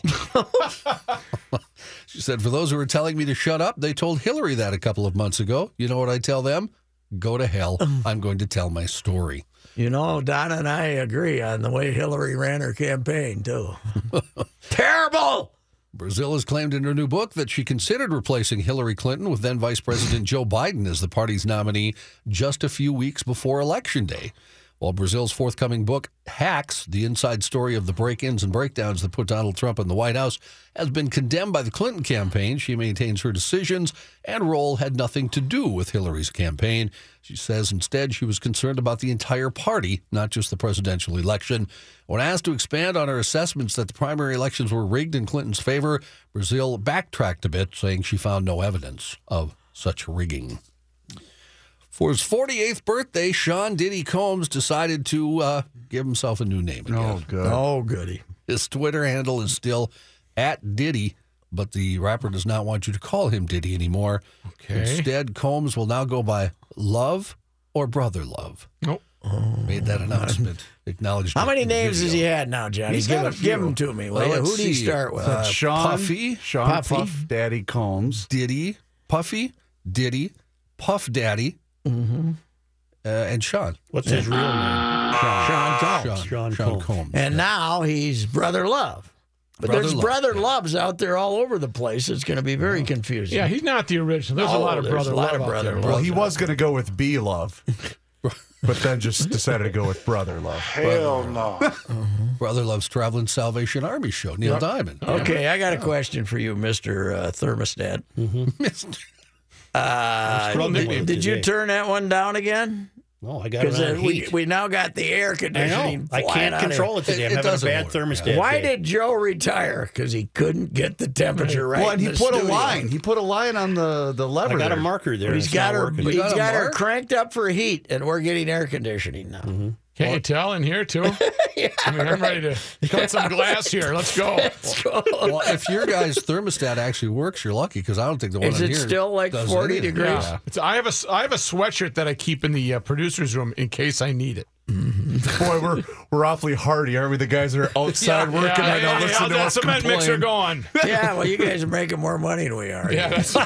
Speaker 9: she said, For those who are telling me to shut up, they told Hillary that a couple of months ago. You know what I tell them? Go to hell. I'm going to tell my story.
Speaker 4: You know, Donna and I agree on the way Hillary ran her campaign, too. Terrible!
Speaker 9: Brazil has claimed in her new book that she considered replacing Hillary Clinton with then Vice President Joe Biden as the party's nominee just a few weeks before Election Day. While Brazil's forthcoming book, Hacks, the inside story of the break ins and breakdowns that put Donald Trump in the White House, has been condemned by the Clinton campaign, she maintains her decisions and role had nothing to do with Hillary's campaign. She says instead she was concerned about the entire party, not just the presidential election. When asked to expand on her assessments that the primary elections were rigged in Clinton's favor, Brazil backtracked a bit, saying she found no evidence of such rigging. For his 48th birthday, Sean Diddy Combs decided to uh, give himself a new name again.
Speaker 4: Oh, goody.
Speaker 9: His Twitter handle is still at Diddy, but the rapper does not want you to call him Diddy anymore.
Speaker 3: Okay.
Speaker 9: Instead, Combs will now go by Love or Brother Love.
Speaker 3: Nope.
Speaker 9: Made that announcement. Acknowledged.
Speaker 4: How
Speaker 9: it
Speaker 4: many
Speaker 9: in the
Speaker 4: names has he
Speaker 9: video.
Speaker 4: had now, Johnny?
Speaker 5: He's
Speaker 4: give,
Speaker 5: got a
Speaker 4: them, give
Speaker 5: few.
Speaker 4: them to me.
Speaker 9: Well,
Speaker 4: Well,
Speaker 9: let's
Speaker 4: Who do you
Speaker 9: see.
Speaker 4: start with? Uh,
Speaker 5: That's Sean
Speaker 9: Puffy?
Speaker 5: Sean
Speaker 4: Puffy.
Speaker 5: Puff Daddy Combs.
Speaker 9: Diddy, Puffy, Diddy, Puff Daddy,
Speaker 4: Mm-hmm.
Speaker 9: uh, and Sean.
Speaker 2: What's his real name?
Speaker 4: Sean Combs.
Speaker 9: Sean,
Speaker 2: Sean Combs.
Speaker 4: And now he's Brother Love. But
Speaker 9: Brother
Speaker 4: there's
Speaker 9: Love,
Speaker 4: Brother
Speaker 9: yeah.
Speaker 4: Loves out there all over the place. It's going to be very confusing.
Speaker 3: Yeah, he's not the original. There's
Speaker 4: Oh,
Speaker 3: a lot of
Speaker 4: there's
Speaker 3: brother
Speaker 4: a lot
Speaker 3: love
Speaker 4: of
Speaker 3: out
Speaker 4: brother
Speaker 3: there.
Speaker 4: love.
Speaker 5: Well, he was going to go with B Love, but then just decided to go with Brother Love.
Speaker 7: Hell no.
Speaker 9: Brother Love's Traveling Salvation Army show. Neil Diamond.
Speaker 4: Okay, I got a question for you, Mr. Uh, thermostat. Uh,
Speaker 2: Real name
Speaker 4: Did, did you
Speaker 2: today.
Speaker 4: turn that one down again?
Speaker 2: No, I got it
Speaker 4: Because uh,
Speaker 2: on
Speaker 4: we,
Speaker 2: heat.
Speaker 4: we now got the air
Speaker 2: I know.
Speaker 4: conditioning.
Speaker 2: I
Speaker 4: flying
Speaker 2: can't
Speaker 4: out of-
Speaker 2: control it today. I'm
Speaker 9: It- it
Speaker 2: having a
Speaker 9: doesn't
Speaker 2: bad
Speaker 9: work.
Speaker 2: thermostat.
Speaker 4: Why
Speaker 2: day.
Speaker 4: did Joe retire? Because he couldn't get the temperature right.
Speaker 5: Well, and
Speaker 4: in
Speaker 5: he
Speaker 4: the
Speaker 5: put a
Speaker 4: studio.
Speaker 5: line. He put a line on the the lever.
Speaker 2: I got a
Speaker 5: there.
Speaker 2: marker there.
Speaker 4: He's
Speaker 2: It's
Speaker 4: got
Speaker 2: not
Speaker 4: her.
Speaker 2: working.
Speaker 4: He's
Speaker 9: got
Speaker 4: got,
Speaker 9: a
Speaker 4: her
Speaker 9: mark?
Speaker 4: cranked up for heat, and we're getting air conditioning now.
Speaker 3: Can't you tell in here too? I mean, I'm ready to cut some glass here. Let's go.
Speaker 9: Well, if your guy's thermostat actually works, you're lucky because I don't think the one
Speaker 4: Is
Speaker 9: in
Speaker 4: it
Speaker 9: here
Speaker 4: still like
Speaker 9: does
Speaker 4: 40
Speaker 9: anything.
Speaker 4: degrees?
Speaker 3: Yeah. It's, I have a s- I have a sweatshirt that I keep in the uh, producer's room in case I need it.
Speaker 5: Boy, we're we're awfully hardy, aren't we? The guys that are outside working right now.
Speaker 3: yeah,
Speaker 5: Listen
Speaker 3: yeah,
Speaker 5: to
Speaker 3: that
Speaker 5: us
Speaker 3: cement
Speaker 5: complain.
Speaker 3: mixer going.
Speaker 4: yeah, well, you guys are making more money than we are.
Speaker 3: Yeah, that's,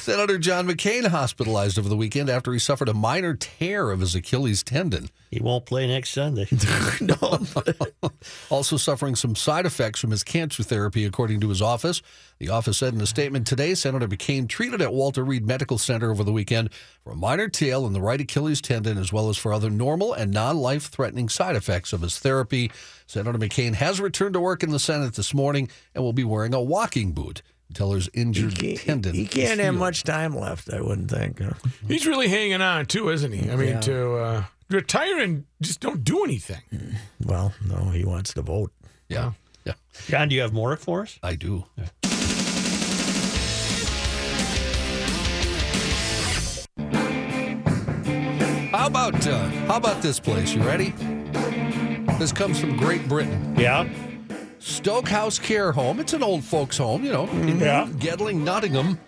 Speaker 9: Senator John McCain hospitalized over the weekend after he suffered a minor tear of his Achilles tendon,
Speaker 2: He won't play next Sunday.
Speaker 9: also suffering some side effects from his cancer therapy, according to his office. The office said in a statement today Senator McCain treated at Walter Reed Medical Center over the weekend for a minor tear in the right Achilles tendon, as well as for other normal and non life threatening side effects of his therapy. Senator McCain has returned to work in the Senate this morning and will be wearing a walking boot until his injured
Speaker 4: He,
Speaker 9: tendon.
Speaker 4: he
Speaker 9: is
Speaker 4: can't have
Speaker 9: healed.
Speaker 4: much time left, I wouldn't think. huh?
Speaker 3: he's really hanging on too, isn't he? I mean, to uh, retire and just don't do anything.
Speaker 4: Well, no, he wants to vote.
Speaker 9: Yeah. Yeah.
Speaker 2: John, do you have more for us?
Speaker 9: I do. How about uh, how about this place? You ready? This comes from Great Britain.
Speaker 2: Yeah.
Speaker 9: Stokehouse Care Home. It's an old folks' home, you know, in
Speaker 2: Mm-hmm. Yeah.
Speaker 9: Gedling, Nottingham,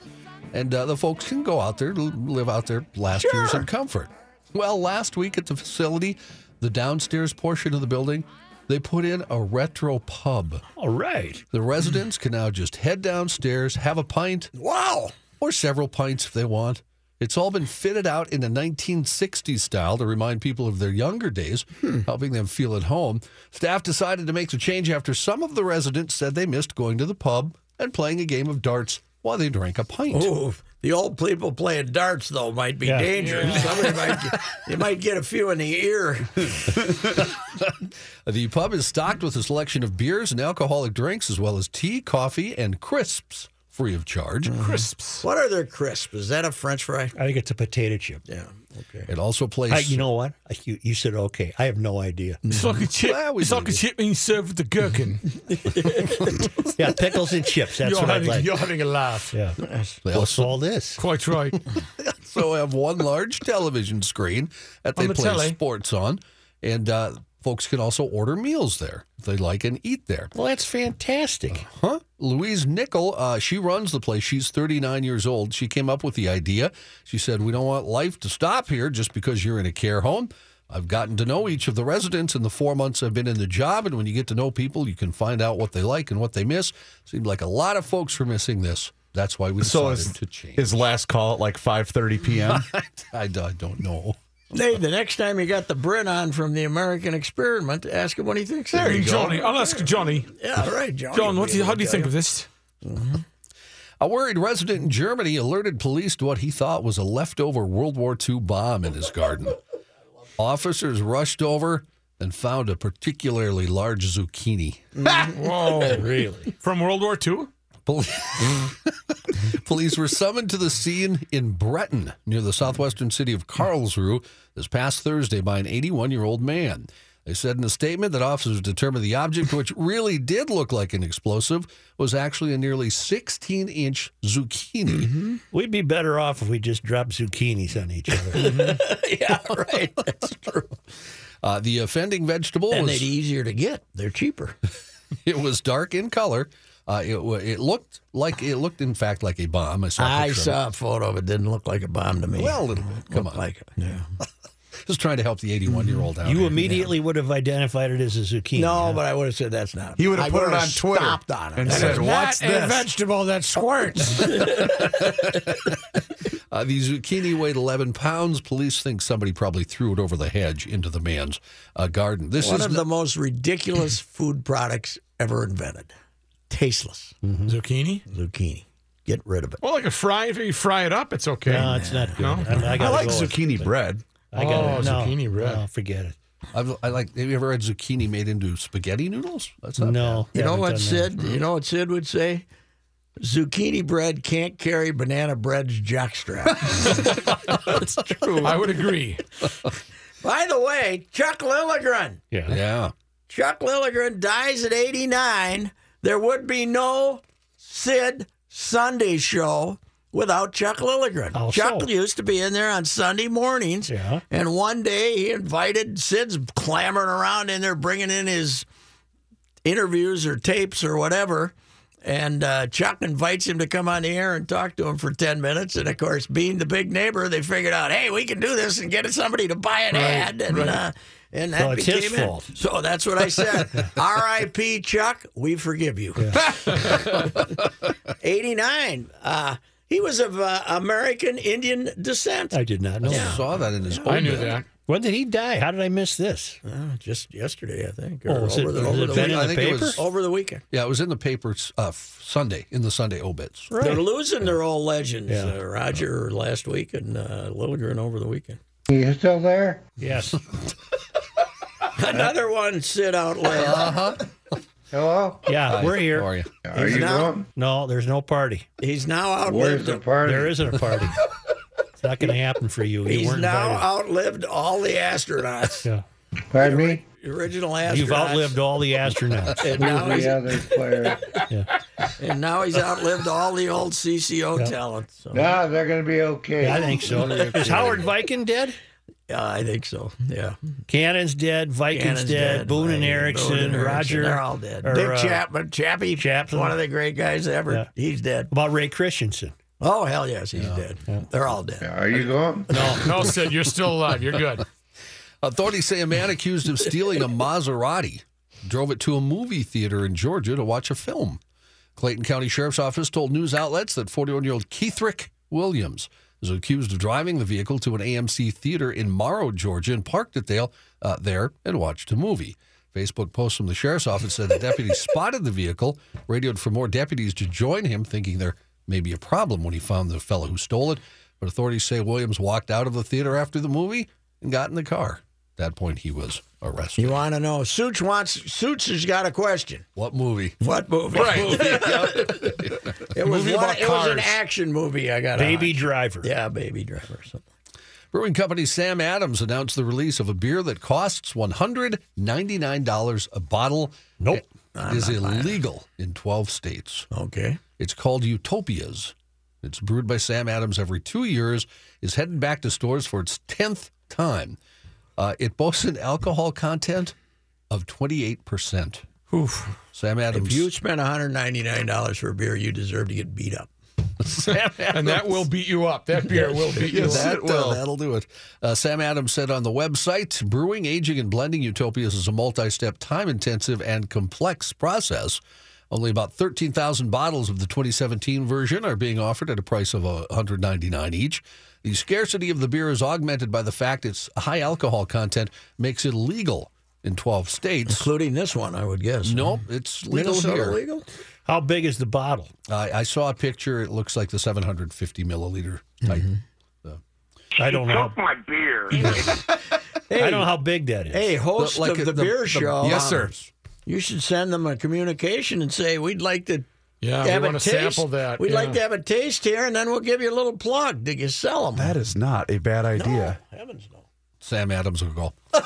Speaker 9: and uh, the folks can go out there, l- live out there last years in comfort. Well, last week at the facility, the downstairs portion of the building, they put in a retro pub.
Speaker 2: All right.
Speaker 9: The residents can now just head downstairs, have a pint
Speaker 4: Wow.
Speaker 9: or several pints if they want. It's all been fitted out in a 1960s style to remind people of their younger days,
Speaker 2: Hmm.
Speaker 9: helping them feel at home. Staff decided to make the change after some of the residents said they missed going to the pub and playing a game of darts while they drank a pint.
Speaker 2: Oh.
Speaker 4: Ooh, the old people playing darts, though, might be
Speaker 2: Yeah.
Speaker 4: dangerous. Somebody might get, you might get a few in the ear.
Speaker 9: The pub is stocked with a selection of beers and alcoholic drinks, as well as tea, coffee, and crisps free of charge.
Speaker 2: Hmm.
Speaker 3: Crisps.
Speaker 4: What are their crisps? Is that a french fry?
Speaker 2: I think it's a potato chip.
Speaker 4: Yeah. Okay.
Speaker 9: It also plays.
Speaker 2: I, you know what? I, you, you said okay. I have no idea.
Speaker 3: It's like a chip.
Speaker 9: Well, we
Speaker 3: it's like a
Speaker 9: did it.
Speaker 3: chip being served with the gherkin.
Speaker 2: Yeah, pickles and chips. That's
Speaker 3: you're,
Speaker 2: what I'd
Speaker 3: having,
Speaker 2: like.
Speaker 3: you're having a laugh.
Speaker 2: Yeah.
Speaker 9: they
Speaker 2: What's
Speaker 9: also
Speaker 2: all this?
Speaker 3: Quite right.
Speaker 9: also have one large television screen that they
Speaker 3: On the
Speaker 9: play
Speaker 3: telly.
Speaker 9: sports on, and uh, folks can also order meals there if they like and eat there.
Speaker 2: Well, that's fantastic.
Speaker 9: Huh? Louise Nickel, uh, she runs the place. She's 39 years old. She came up with the idea. She said, We don't want life to stop here just because you're in a care home. I've gotten to know each of the residents in the four months I've been in the job. And when you get to know people, you can find out what they like and what they miss. Seemed like a lot of folks were missing this. That's why we
Speaker 5: So
Speaker 9: decided
Speaker 5: is,
Speaker 9: to change.
Speaker 5: is last call at like 5.30 p.m.?
Speaker 9: I, I don't know.
Speaker 4: Hey, the next time you got the Brit on from the American Experiment, ask him what he thinks. There
Speaker 3: Johnny, I'll ask Johnny.
Speaker 4: Yeah, right, John.
Speaker 3: John, what do you, how do you think of this?
Speaker 9: A worried resident in Germany alerted police to what he thought was a leftover World War II bomb in his garden. Officers rushed over and found a particularly large zucchini.
Speaker 3: Whoa.
Speaker 2: Really?
Speaker 3: From World War II?
Speaker 9: Pol- Police were summoned to the scene in Breton, near the southwestern city of Karlsruhe, this past Thursday by an 81 year old man. They said in a statement that officers determined the object, which really did look like an explosive, was actually a nearly 16 inch zucchini.
Speaker 5: Mm-hmm.
Speaker 2: We'd be better off if we just dropped zucchinis on each other.
Speaker 4: yeah, right.
Speaker 9: Uh, the offending vegetable
Speaker 4: and
Speaker 9: was
Speaker 4: they'd be easier to get. They're cheaper.
Speaker 9: it was dark in color. Uh, it wa- it looked like it looked in fact like a bomb. I saw. a
Speaker 4: I
Speaker 9: picture of
Speaker 4: saw a photo of it. Didn't look like a bomb to me.
Speaker 9: it. Well, a little bit. Come on,
Speaker 4: like yeah.
Speaker 9: I was trying to help the 81 year old out.
Speaker 2: You
Speaker 9: here.
Speaker 2: immediately would have identified it as a zucchini.
Speaker 4: No,
Speaker 2: huh?
Speaker 4: but I would have said that's not.
Speaker 5: He would have
Speaker 4: I
Speaker 5: put it
Speaker 4: would've
Speaker 5: on Twitter
Speaker 4: Stopped on it
Speaker 5: and
Speaker 4: That
Speaker 5: said,
Speaker 4: is
Speaker 5: "What's
Speaker 4: not
Speaker 5: this?"
Speaker 4: A vegetable that squirts.
Speaker 9: Uh, the zucchini weighed 11 pounds. Police think somebody probably threw it over the hedge into the man's uh, garden. This
Speaker 4: One
Speaker 9: is
Speaker 4: of the most ridiculous food products ever invented. Tasteless
Speaker 3: Zucchini?
Speaker 4: zucchini. Get rid of it.
Speaker 3: Mm-hmm. Well, like a fry, if you fry it up, it's okay.
Speaker 2: No, it's not good.
Speaker 3: No?
Speaker 2: I, mean, I,
Speaker 5: I
Speaker 2: gotta
Speaker 5: like
Speaker 2: go with-
Speaker 5: zucchini bread.
Speaker 2: I gotta,
Speaker 3: Oh,
Speaker 2: no,
Speaker 3: zucchini bread.
Speaker 2: No, forget it.
Speaker 9: I've, I like. Have you ever had zucchini made into spaghetti noodles? That's not
Speaker 2: No.
Speaker 4: You know
Speaker 2: haven't
Speaker 4: what
Speaker 2: done that. Uh-huh.
Speaker 4: Sid? You know what Sid would say? Zucchini bread can't carry banana bread's jockstrap.
Speaker 3: I would agree.
Speaker 4: By the way, Chuck Lilligren.
Speaker 9: bad. Yeah.
Speaker 4: Chuck Lilligren dies at 89. There would be no Sid Sunday show without Chuck Lilligren.
Speaker 2: How
Speaker 4: Chuck
Speaker 2: Oh, so?
Speaker 4: used to be in there on Sunday mornings.
Speaker 2: Yeah.
Speaker 4: And one day he invited Sid's clamoring around in there, bringing in his interviews or tapes or whatever. And uh, Chuck invites him to come on the air and talk to him for 10 minutes. And of course, being the big neighbor, they figured out, hey, we can do this and get somebody to buy an ad. And, uh, and that
Speaker 2: Well, it's
Speaker 4: became
Speaker 2: his
Speaker 4: it.
Speaker 2: fault.
Speaker 4: So that's what I said. R.I.P. Chuck, we forgive you. 89. Uh, he was of uh, American Indian descent.
Speaker 2: I did not know.
Speaker 9: I
Speaker 2: that.
Speaker 9: saw that in his.
Speaker 3: I
Speaker 9: old
Speaker 3: knew
Speaker 9: bed.
Speaker 3: that.
Speaker 2: When did he die? How did I miss this?
Speaker 4: Uh, just yesterday, I think.
Speaker 2: Oh,
Speaker 4: Or
Speaker 2: was it-
Speaker 4: over, the,
Speaker 2: was
Speaker 4: over,
Speaker 2: it
Speaker 4: the
Speaker 2: been
Speaker 4: weekend.
Speaker 2: in
Speaker 9: I
Speaker 2: the
Speaker 9: think it
Speaker 2: paper?
Speaker 9: was.
Speaker 4: over the weekend.
Speaker 9: Yeah, it was in the papers uh, f- Sunday in the Sunday obits.
Speaker 4: They're losing their old legends.
Speaker 2: Yeah.
Speaker 4: Uh, Roger last week and uh, Lilligren over the weekend.
Speaker 10: You still there?
Speaker 2: Yes.
Speaker 4: Another one sit out loud.
Speaker 10: Hello?
Speaker 2: Yeah, we're
Speaker 9: How are
Speaker 2: here.
Speaker 9: you?
Speaker 10: Are you going?
Speaker 2: No, there's no party.
Speaker 4: He's now
Speaker 10: Where's
Speaker 4: outlived.
Speaker 10: the party?
Speaker 2: There isn't a party. it's not going to happen for you. You
Speaker 4: He's
Speaker 2: weren't
Speaker 4: now
Speaker 2: invited.
Speaker 4: outlived all the astronauts.
Speaker 2: Yeah.
Speaker 10: Pardon me?
Speaker 4: The Original astronauts.
Speaker 2: You've outlived all the astronauts.
Speaker 4: And now, he's,
Speaker 10: The other player.
Speaker 4: and now he's outlived all the old CCO talent. So,
Speaker 10: No, they're going to be okay.
Speaker 2: I think so. Is Howard Viking dead?
Speaker 4: yeah, I think so. Yeah.
Speaker 2: Cannon's dead. Viking's
Speaker 4: Cannon's
Speaker 2: dead. Boone and
Speaker 4: Lang,
Speaker 2: Erickson.
Speaker 4: Boone and Erickson,
Speaker 2: Roger.
Speaker 4: They're all dead.
Speaker 2: or,
Speaker 4: Dick
Speaker 2: uh,
Speaker 4: Chapman. Chappie.
Speaker 2: Chaplin.
Speaker 4: One of the great guys ever.
Speaker 2: Yeah.
Speaker 4: He's dead.
Speaker 2: About Ray Christensen.
Speaker 4: Oh, hell yes, he's dead. They're all dead.
Speaker 10: Are you going?
Speaker 3: No, Sid, you're still alive. You're good.
Speaker 9: Authorities say a man accused of stealing a Maserati drove it to a movie theater in Georgia to watch a film. Clayton County Sheriff's Office told news outlets that 41 year old Keithrick Williams is accused of driving the vehicle to an AMC theater in Morrow, Georgia, and parked it there, uh, there and watched a movie. Facebook post from the sheriff's office said the deputy spotted the vehicle, radioed for more deputies to join him, thinking there may be a problem when he found the fellow who stole it. But authorities say Williams walked out of the theater after the movie and got in the car. At that point, he was arrested.
Speaker 4: You want to know? Suits wants. Suits has got a question.
Speaker 9: What movie?
Speaker 4: What movie?
Speaker 3: Right.
Speaker 4: It was
Speaker 3: Movie
Speaker 4: one-
Speaker 3: about
Speaker 4: It was an
Speaker 3: cars.
Speaker 4: action movie. I got a
Speaker 2: Baby
Speaker 4: hunch.
Speaker 2: Driver.
Speaker 4: Yeah, Baby Driver. or Something.
Speaker 9: Brewing company Sam Adams announced the release of a beer that costs $199 a bottle.
Speaker 2: Nope.
Speaker 9: It is illegal in 12 states.
Speaker 4: Okay.
Speaker 9: It's called Utopias. It's brewed by Sam Adams every two years, is headed back to stores for its 10th time. Uh, it boasts an alcohol content of 28%.
Speaker 3: Oof.
Speaker 9: Sam Adams.
Speaker 4: If you spent $199 for a beer, you deserve to get beat up.
Speaker 3: And that will beat you up. That beer will beat you up.
Speaker 9: that, will do it. Uh, Sam Adams said on the website Brewing, aging, and blending utopias is a multi step, time intensive, and complex process. Only about 13,000 bottles of the 2017 version are being offered at a price of uh, $199 each. The scarcity of the beer is augmented by the fact its high alcohol content makes it legal in 12 states.
Speaker 4: Including this one, I would guess.
Speaker 9: Nope, it's legal
Speaker 4: Minnesota
Speaker 9: here.
Speaker 4: legal?
Speaker 2: How big is the bottle?
Speaker 9: I, I saw a picture. It looks like the 750 milliliter type.
Speaker 5: Mm-hmm.
Speaker 2: I don't know. How,
Speaker 11: my beer.
Speaker 2: I don't know how big that is.
Speaker 4: Hey, host
Speaker 9: like
Speaker 4: of
Speaker 9: a-
Speaker 4: the,
Speaker 9: the-
Speaker 4: beer
Speaker 9: the-
Speaker 4: show.
Speaker 5: yes, sir.
Speaker 4: You should send them a communication and say, we'd like to
Speaker 3: Yeah,
Speaker 4: have
Speaker 3: we
Speaker 4: a
Speaker 3: want to
Speaker 4: taste.
Speaker 3: sample that.
Speaker 4: We'd like
Speaker 3: yeah.
Speaker 4: to have a taste here, and then we'll give you a little plug. Did you sell them?
Speaker 5: That is not a bad idea.
Speaker 2: Heavens no.
Speaker 9: Sam Adams will go.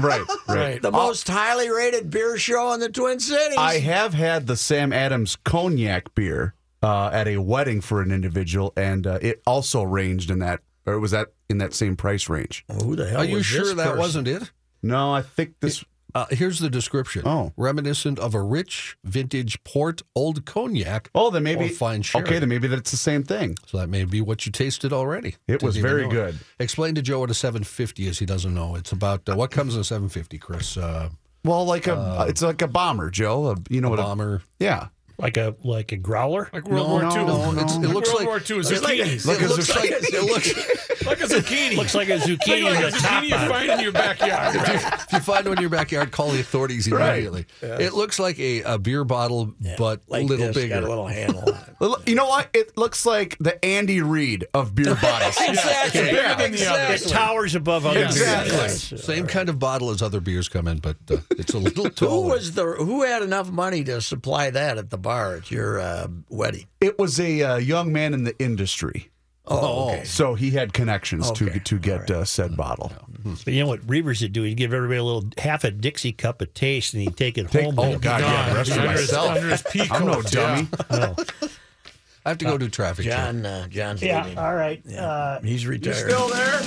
Speaker 5: right,
Speaker 3: Right.
Speaker 4: the most highly rated beer show in the Twin Cities.
Speaker 5: I have had the Sam Adams cognac beer uh, at a wedding for an individual, and uh, it also ranged in that, or it was that in that same price range.
Speaker 4: Who the hell
Speaker 9: Are you
Speaker 4: was this
Speaker 9: sure that
Speaker 4: person?
Speaker 9: wasn't it?
Speaker 5: Oh, No, I think this.
Speaker 9: Uh, here's the description.
Speaker 5: Oh.
Speaker 9: Reminiscent of a rich vintage port old cognac.
Speaker 5: Oh, then maybe
Speaker 9: Or fine sherry.
Speaker 5: Okay, then maybe that's the same thing.
Speaker 9: So that may be what you tasted already.
Speaker 5: It was
Speaker 9: Didn't even
Speaker 5: very
Speaker 9: know it.
Speaker 5: good.
Speaker 9: Explain to Joe what a 750 is. He doesn't know. It's about uh, what comes in a 750, Chris? Uh,
Speaker 5: Well, like a, it's like a bomber, Joe. A, you know what? A,
Speaker 9: bomber.
Speaker 5: yeah,
Speaker 2: Like a like a growler?
Speaker 3: Like World
Speaker 9: No,
Speaker 3: War
Speaker 9: no,
Speaker 3: II.
Speaker 9: no,
Speaker 3: Like
Speaker 9: it's- it looks
Speaker 3: World
Speaker 9: like-
Speaker 3: War II.
Speaker 4: It's like a-
Speaker 3: Zucchinis.
Speaker 4: it looks like a-
Speaker 9: it looks.
Speaker 3: Like a zucchini.
Speaker 2: Looks like a zucchini
Speaker 3: like a
Speaker 2: with a top
Speaker 3: zucchini you
Speaker 2: on it.
Speaker 3: find in your backyard. right?
Speaker 9: if you find one in your backyard, call the authorities immediately. It looks like a, a beer bottle, but
Speaker 4: like
Speaker 9: a little
Speaker 4: this,
Speaker 9: bigger.
Speaker 4: Got a little handle on it.
Speaker 5: Well, You know what? It looks like the Andy Reid of beer bottles.
Speaker 4: Exactly.
Speaker 5: Yeah.
Speaker 3: Bigger than the
Speaker 2: It
Speaker 3: others.
Speaker 2: towers above other
Speaker 5: Exactly.
Speaker 2: beers.
Speaker 9: Same kind of bottle as other beers come in, but uh, it's a little taller.
Speaker 4: Who was the who had enough money to supply that at the bar at your uh, wedding?
Speaker 5: It was a uh, young man in the industry,
Speaker 4: Oh, okay.
Speaker 5: so he had connections
Speaker 4: Okay.
Speaker 5: to to get uh, said bottle.
Speaker 2: But you know what Reavers would do? He'd give everybody a little half a Dixie cup of taste and he'd take it
Speaker 5: Take-
Speaker 2: home.
Speaker 5: oh,
Speaker 2: with him.
Speaker 5: God, yeah, the rest for
Speaker 3: Under his-
Speaker 5: myself.
Speaker 3: Under his peacoat.
Speaker 5: I'm no
Speaker 3: yeah.
Speaker 5: dummy.
Speaker 9: I have to go do traffic. Joe.
Speaker 4: John uh, John's leaving.
Speaker 2: all right. Uh,
Speaker 4: He's retired.
Speaker 5: there?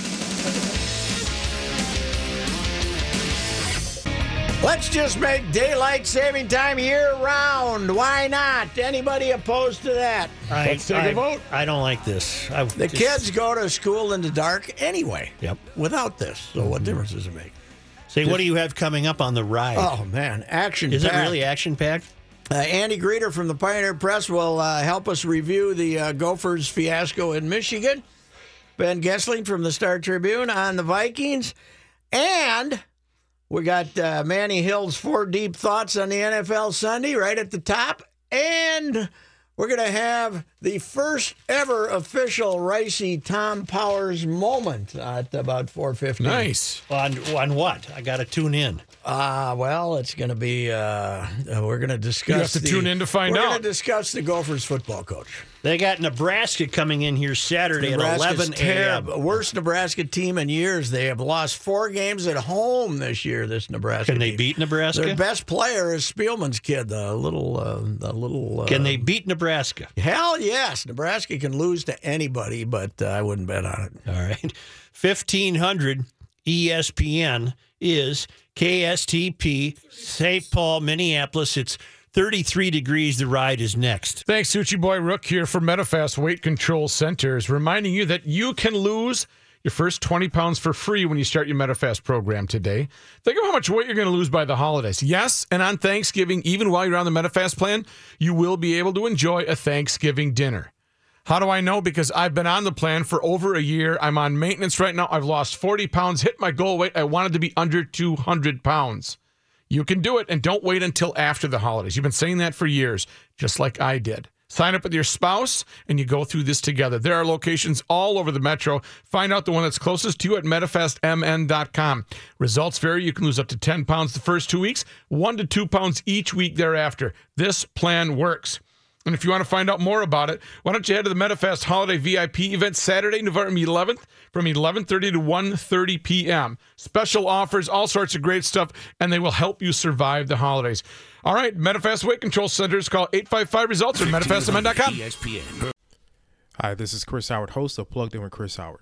Speaker 4: Let's just make daylight saving time year round. Why not? Anybody opposed to that?
Speaker 2: I,
Speaker 3: Let's take a
Speaker 2: I-
Speaker 3: vote.
Speaker 2: I don't like this. I,
Speaker 4: The kids go to school in the dark anyway.
Speaker 2: Yep. Mm-hmm.
Speaker 4: Without this, so what difference does it make?
Speaker 2: Say, what do you have coming up on the ride?
Speaker 4: Oh man, action!
Speaker 2: Is it
Speaker 4: packed.
Speaker 2: really action packed?
Speaker 4: Uh, Andy Greeter from the Pioneer Press will uh, help us review the uh, Gophers fiasco in Michigan. Ben Gessling from the Star Tribune on the Vikings. And we got uh, Manny Hill's four deep thoughts on the NFL Sunday right at the top. And we're going to have the first ever official Ricey Tom Powers moment at about 4.15.
Speaker 3: Nice.
Speaker 2: On on what? I got to tune in.
Speaker 4: Uh, well, it's going to be, uh, uh, we're going to discuss.
Speaker 3: to
Speaker 4: the-
Speaker 3: tune in to find
Speaker 4: We're
Speaker 3: out.
Speaker 4: going to discuss the Gophers football coach.
Speaker 2: They got Nebraska coming in here Saturday at
Speaker 4: Nebraska's
Speaker 2: 11 a.m.
Speaker 4: terrib- Worst Nebraska team in years. They have lost four games at home this year. This Nebraska
Speaker 2: Can they
Speaker 4: team.
Speaker 2: beat Nebraska?
Speaker 4: Their best player is Spielman's kid, the little, uh, the little. Uh,
Speaker 2: Can they beat Nebraska?
Speaker 4: Hell yes, Nebraska can lose to anybody, but uh, I wouldn't bet on it.
Speaker 2: All right. 1500 E ESPN is KSTP, St. Paul, Minneapolis. It's 33 degrees. The ride is next.
Speaker 3: Thanks, Suchi Boy Rook here for MetaFast Weight Control Centers, reminding you that you can lose your first 20 pounds for free when you start your MetaFast program today. Think of how much weight you're going to lose by the holidays. Yes, and on Thanksgiving, even while you're on the MetaFast plan, you will be able to enjoy a Thanksgiving dinner. How do I know? Because I've been on the plan for over a year. I'm on maintenance right now. I've lost 40 pounds, hit my goal weight. I wanted to be under 200 pounds. You can do it and don't wait until after the holidays. You've been saying that for years, just like I did. Sign up with your spouse and you go through this together. There are locations all over the metro. Find out the one that's closest to you at metafastmn.com. Results vary. You can lose up to 10 pounds the first two weeks, one to two pounds each week thereafter. This plan works. And if you want to find out more about it, why don't you head to the MetaFest Holiday VIP event Saturday, November 11th from 11:30 to 1:30 p.m. Special offers, all sorts of great stuff, and they will help you survive the holidays. All right, MetaFast Weight Control Centers call 855-results or metafastmn.com.
Speaker 11: Hi, this is Chris Howard, host of Plugged In with Chris Howard.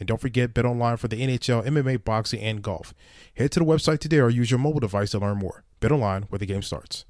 Speaker 9: And don't forget betonline for the NHL, MMA, boxing, and golf. Head to the website today or use your mobile device to learn more. Betonline, where the game starts.